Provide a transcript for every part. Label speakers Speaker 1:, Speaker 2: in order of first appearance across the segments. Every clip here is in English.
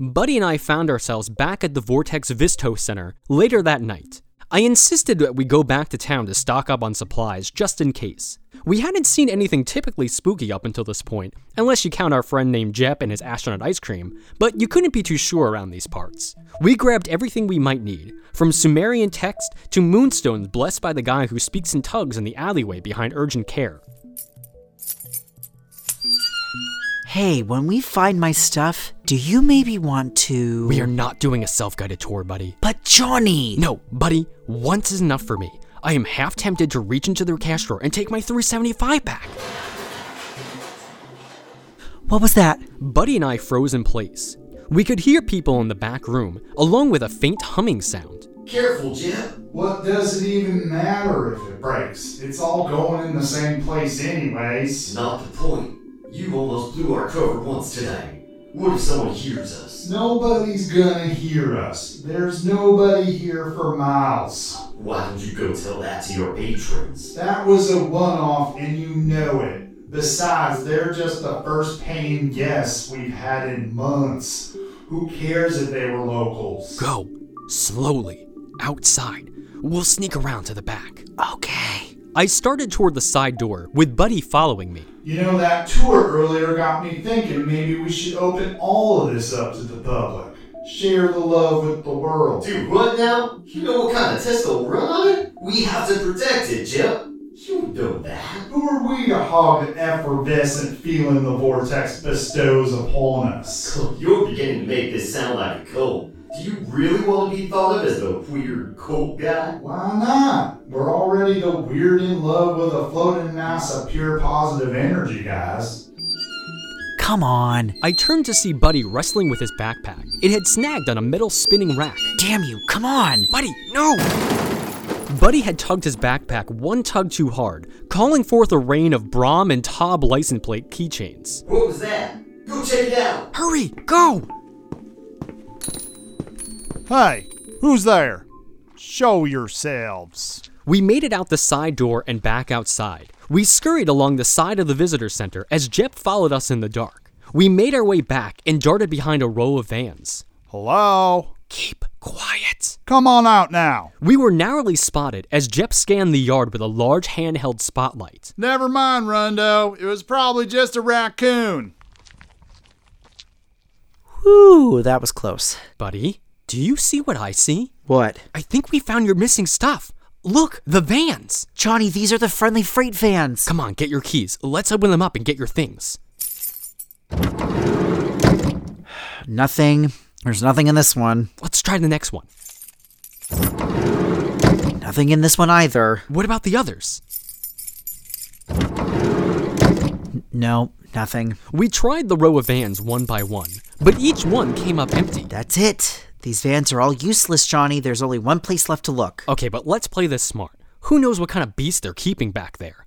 Speaker 1: Buddy and I found ourselves back at the Vortex Visto Center later that night. I insisted that we go back to town to stock up on supplies just in case. We hadn't seen anything typically spooky up until this point, unless you count our friend named Jep and his astronaut ice cream, but you couldn't be too sure around these parts. We grabbed everything we might need, from Sumerian text to moonstones blessed by the guy who speaks in tugs in the alleyway behind urgent care.
Speaker 2: Hey, when we find my stuff, do you maybe want to.
Speaker 1: We are not doing a self guided tour, buddy.
Speaker 2: But Johnny!
Speaker 1: No, buddy, once is enough for me. I am half tempted to reach into their cash drawer and take my 375 back.
Speaker 2: What was that?
Speaker 1: Buddy and I froze in place. We could hear people in the back room, along with a faint humming sound.
Speaker 3: Careful, Jim.
Speaker 4: What does it even matter if it breaks? It's all going in the same place, anyways.
Speaker 3: It's not the point. You almost blew our cover once today. What if someone hears us?
Speaker 4: Nobody's gonna hear us. There's nobody here for miles.
Speaker 3: Why don't you go tell that to your patrons?
Speaker 4: That was a one off, and you know it. Besides, they're just the first paying guests we've had in months. Who cares if they were locals?
Speaker 1: Go, slowly, outside. We'll sneak around to the back.
Speaker 2: Okay.
Speaker 1: I started toward the side door, with Buddy following me.
Speaker 4: You know, that tour earlier got me thinking maybe we should open all of this up to the public. Share the love with the world.
Speaker 3: Dude, what now? You know what kind of test they'll run on it? We have to protect it, Jim. You know that.
Speaker 4: Who are we to hog the effervescent feeling the vortex bestows upon us?
Speaker 3: So you're beginning to make this sound like a cult. Do you really want to be thought of as the weird cult guy?
Speaker 4: Why not? We're already the weird in love with a floating mass of pure positive energy, guys.
Speaker 2: Come on.
Speaker 1: I turned to see Buddy wrestling with his backpack. It had snagged on a metal spinning rack.
Speaker 2: Damn you, come on.
Speaker 1: Buddy, no! Buddy had tugged his backpack one tug too hard, calling forth a rain of Brom and Tob license plate keychains.
Speaker 3: What was that? Go check it out.
Speaker 1: Hurry, go!
Speaker 5: Hey, who's there? Show yourselves.
Speaker 1: We made it out the side door and back outside. We scurried along the side of the visitor center as Jep followed us in the dark. We made our way back and darted behind a row of vans.
Speaker 5: Hello?
Speaker 1: Keep quiet.
Speaker 5: Come on out now.
Speaker 1: We were narrowly spotted as Jep scanned the yard with a large handheld spotlight.
Speaker 5: Never mind, Rundo. It was probably just a raccoon.
Speaker 2: Whew, that was close.
Speaker 1: Buddy, do you see what I see?
Speaker 2: What?
Speaker 1: I think we found your missing stuff. Look, the vans.
Speaker 2: Johnny, these are the friendly freight vans.
Speaker 1: Come on, get your keys. Let's open them up and get your things.
Speaker 2: Nothing. There's nothing in this one.
Speaker 1: Let's try the next one.
Speaker 2: Nothing in this one either.
Speaker 1: What about the others?
Speaker 2: No, nothing.
Speaker 1: We tried the row of vans one by one, but each one came up empty.
Speaker 2: That's it. These vans are all useless, Johnny. There's only one place left to look.
Speaker 1: Okay, but let's play this smart. Who knows what kind of beast they're keeping back there?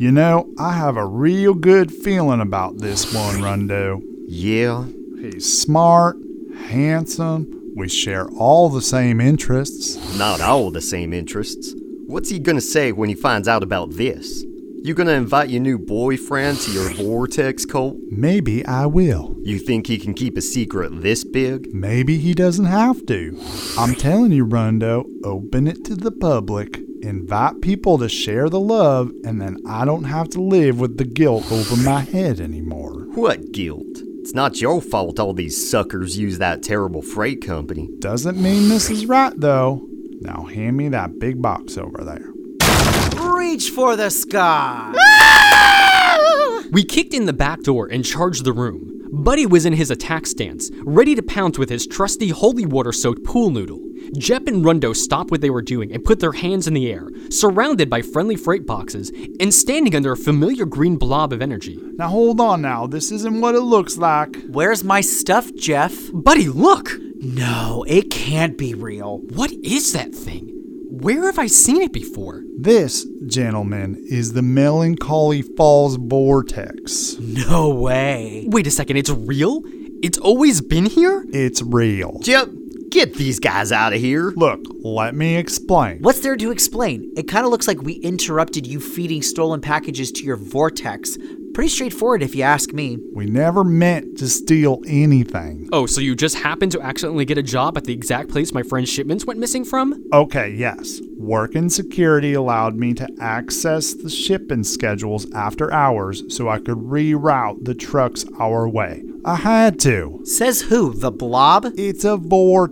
Speaker 5: You know, I have a real good feeling about this one, Rundo.
Speaker 6: Yeah,
Speaker 5: He's smart, handsome, we share all the same interests.
Speaker 6: not all the same interests. What's he gonna say when he finds out about this? You gonna invite your new boyfriend to your vortex cult?
Speaker 5: Maybe I will.
Speaker 6: You think he can keep a secret this big?
Speaker 5: Maybe he doesn't have to. I'm telling you, Rundo, open it to the public. Invite people to share the love, and then I don't have to live with the guilt over my head anymore.
Speaker 6: What guilt? It's not your fault all these suckers use that terrible freight company.
Speaker 5: Doesn't mean this is right, though. Now hand me that big box over there.
Speaker 2: Reach for the sky.
Speaker 1: We kicked in the back door and charged the room. Buddy was in his attack stance, ready to pounce with his trusty holy water soaked pool noodle. Jep and Rundo stopped what they were doing and put their hands in the air, surrounded by friendly freight boxes and standing under a familiar green blob of energy.
Speaker 5: Now hold on now, this isn't what it looks like.
Speaker 2: Where's my stuff, Jeff?
Speaker 1: Buddy, look!
Speaker 2: No, it can't be real.
Speaker 1: What is that thing? Where have I seen it before?
Speaker 5: This, gentlemen, is the Melancholy Falls Vortex.
Speaker 2: No way.
Speaker 1: Wait a second, it's real? It's always been here?
Speaker 5: It's real.
Speaker 6: Jep, get these guys out of here.
Speaker 5: Look, let me explain.
Speaker 2: What's there to explain? It kind of looks like we interrupted you feeding stolen packages to your vortex, Pretty straightforward if you ask me.
Speaker 5: We never meant to steal anything.
Speaker 1: Oh, so you just happened to accidentally get a job at the exact place my friend's shipments went missing from?
Speaker 5: Okay, yes. Work and security allowed me to access the shipping schedules after hours so I could reroute the trucks our way. I had to.
Speaker 2: Says who? The blob?
Speaker 5: It's a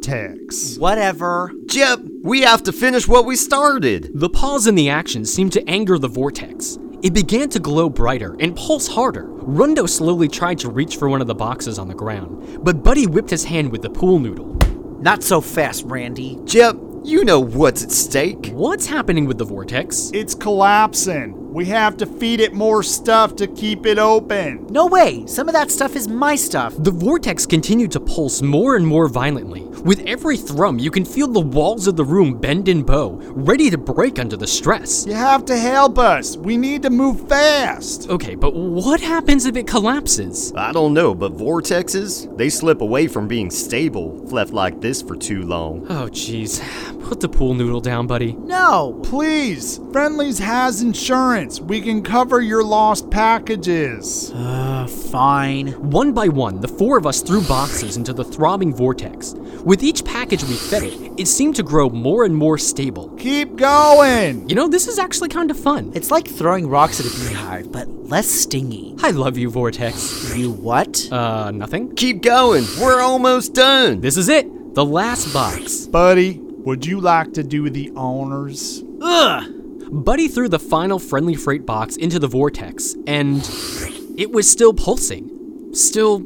Speaker 5: vortex.
Speaker 2: Whatever.
Speaker 6: Jep, we have to finish what we started.
Speaker 1: The pause in the action seemed to anger the vortex. It began to glow brighter and pulse harder. Rundo slowly tried to reach for one of the boxes on the ground, but Buddy whipped his hand with the pool noodle.
Speaker 2: Not so fast, Randy.
Speaker 6: Jep, you know what's at stake.
Speaker 1: What's happening with the vortex?
Speaker 5: It's collapsing. We have to feed it more stuff to keep it open.
Speaker 2: No way. Some of that stuff is my stuff.
Speaker 1: The vortex continued to pulse more and more violently. With every thrum, you can feel the walls of the room bend and bow, ready to break under the stress.
Speaker 5: You have to help us. We need to move fast.
Speaker 1: Okay, but what happens if it collapses?
Speaker 6: I don't know, but vortexes, they slip away from being stable, left like this for too long.
Speaker 1: Oh, jeez. Put the pool noodle down, buddy.
Speaker 2: No.
Speaker 5: Please, Friendlies has insurance. We can cover your lost packages.
Speaker 2: Uh, fine.
Speaker 1: One by one, the four of us threw boxes into the throbbing vortex. With each package we fed it, it seemed to grow more and more stable.
Speaker 5: Keep going.
Speaker 1: You know, this is actually kind of fun.
Speaker 2: It's like throwing rocks at a beehive, but less stingy.
Speaker 1: I love you, Vortex.
Speaker 2: You what?
Speaker 1: Uh, nothing?
Speaker 6: Keep going, we're almost done.
Speaker 1: This is it, the last box.
Speaker 5: Buddy, would you like to do the honors?
Speaker 1: Buddy threw the final friendly freight box into the vortex, and it was still pulsing, still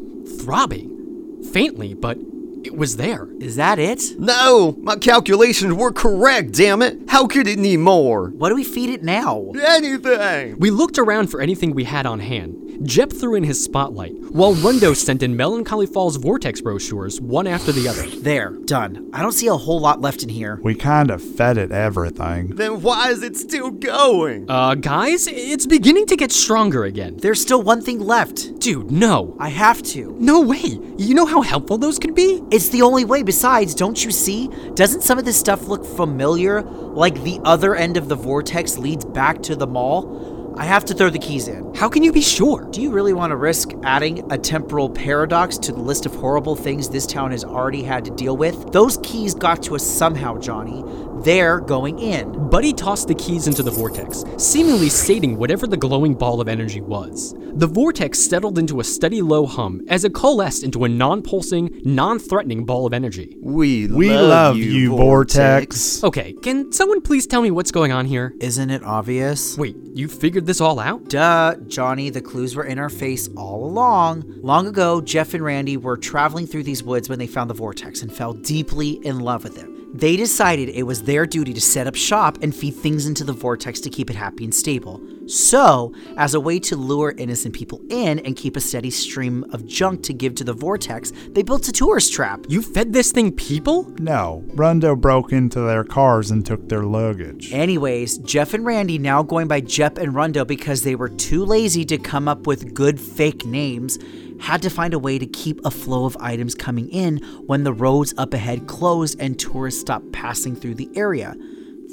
Speaker 1: throbbing, faintly, but it was there.
Speaker 2: Is that it?
Speaker 6: No, my calculations were correct, damn it. How could it need more?
Speaker 2: What do we feed it now?
Speaker 6: Anything.
Speaker 1: We looked around for anything we had on hand. Jep threw in his spotlight, while Rundo sent in Melancholy Falls vortex brochures one after the other.
Speaker 2: There, done. I don't see a whole lot left in here.
Speaker 5: We kind of fed it everything.
Speaker 6: Then why is it still going?
Speaker 1: Uh, guys, it's beginning to get stronger again.
Speaker 2: There's still one thing left.
Speaker 1: Dude, no.
Speaker 2: I have to.
Speaker 1: No way. You know how helpful those could be?
Speaker 2: It's the only way. Besides, don't you see? Doesn't some of this stuff look familiar? Like the other end of the vortex leads back to the mall? I have to throw the keys in.
Speaker 1: How can you be sure?
Speaker 2: Do you really want to risk adding a temporal paradox to the list of horrible things this town has already had to deal with? Those keys got to us somehow, Johnny. They're going in.
Speaker 1: Buddy tossed the keys into the vortex, seemingly stating whatever the glowing ball of energy was. The vortex settled into a steady low hum as it coalesced into a non pulsing, non threatening ball of energy.
Speaker 6: We,
Speaker 5: We love, you, vortex.
Speaker 1: Okay, can someone please tell me what's going on here?
Speaker 2: Isn't it obvious?
Speaker 1: Wait, you figured this all out?
Speaker 2: Duh, Johnny, the clues were in our face all along. Long ago, Jeff and Randy were traveling through these woods when they found the vortex and fell deeply in love with it. They decided it was their duty to set up shop and feed things into the vortex to keep it happy and stable. So, as a way to lure innocent people in and keep a steady stream of junk to give to the vortex, they built a tourist trap.
Speaker 1: You fed this thing people?
Speaker 5: No, Rundo broke into their cars and took their luggage.
Speaker 2: Anyways, Jeff and Randy now going by Jep and Rundo because they were too lazy to come up with good fake names, had to find a way to keep a flow of items coming in when the roads up ahead closed and tourists stopped passing through the area.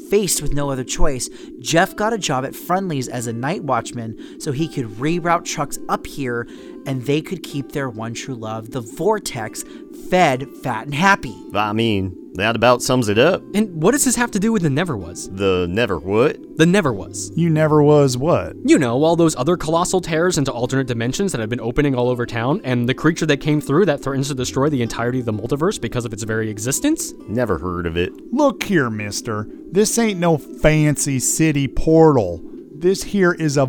Speaker 2: Faced with no other choice, Jeff got a job at Friendly's as a night watchman so he could reroute trucks up here and they could keep their one true love, the Vortex, fed, fat, and happy.
Speaker 6: I mean, that about sums it up.
Speaker 1: And what does this have to do with the Never Was?
Speaker 6: The never what?
Speaker 1: The Never Was.
Speaker 5: You never was what?
Speaker 1: You know, all those other colossal tears into alternate dimensions that have been opening all over town, and the creature that came through that threatens to destroy the entirety of the multiverse because of its very existence?
Speaker 6: Never heard of it.
Speaker 5: Look here, mister. This ain't no fancy city portal. This here is a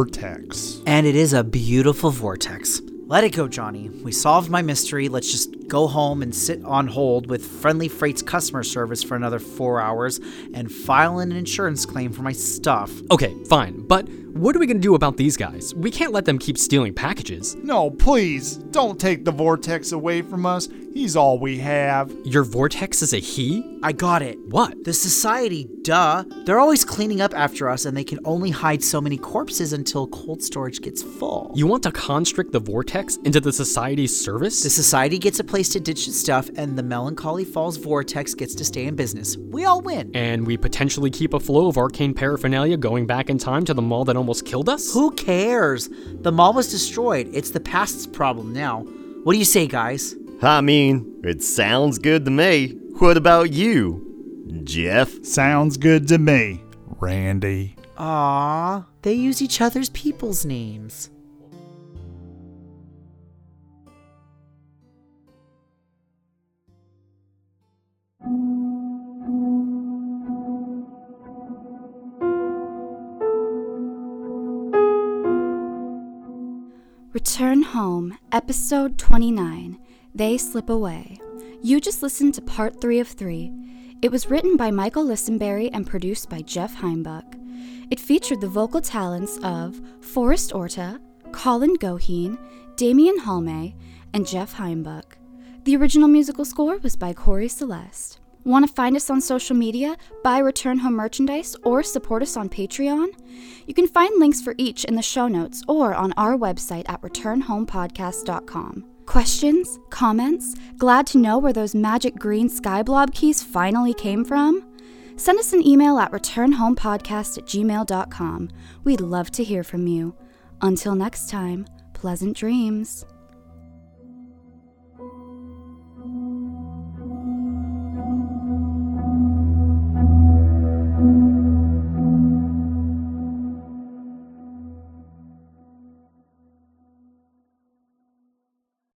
Speaker 5: vortex.
Speaker 2: And it is a beautiful vortex. Let it go, Johnny. We solved my mystery. Let's just go home and sit on hold with Friendly Freight's customer service for another four hours and file an insurance claim for my stuff.
Speaker 1: Okay, fine, but what are we gonna do about these guys? We can't let them keep stealing packages.
Speaker 5: No, please, don't take the vortex away from us. He's all we have.
Speaker 1: Your vortex is a he?
Speaker 2: I got it.
Speaker 1: What?
Speaker 2: The society, duh. They're always cleaning up after us and they can only hide so many corpses until cold storage gets full.
Speaker 1: You want to constrict the vortex into the society's service?
Speaker 2: The society gets a place place to ditch its stuff, and the Melancholy Falls Vortex gets to stay in business. We all win.
Speaker 1: And we potentially keep a flow of arcane paraphernalia going back in time to the mall that almost killed us?
Speaker 2: Who cares? The mall was destroyed. It's the past's problem now. What do you say, guys?
Speaker 6: I mean, it sounds good to me. What about you, Jeff?
Speaker 5: Sounds good to me, Randy.
Speaker 2: Aww, they use each other's people's names.
Speaker 7: Return Home, Episode 29 They Slip Away. You just listened to part three of three. It was written by Michael Listenberry and produced by Jeff Heimbuck. It featured the vocal talents of Forrest Orta, Colin Goheen, Damian Halme, and Jeff Heimbuck. The original musical score was by Corey Celeste. Want to find us on social media, buy Return Home merchandise, or support us on Patreon? You can find links for each in the show notes or on our website at returnhomepodcast.com. Questions? Comments? Glad to know where those magic green sky blob keys finally came from? Send us an email at returnhomepodcast at gmail.com. We'd love to hear from you. Until next time, pleasant dreams.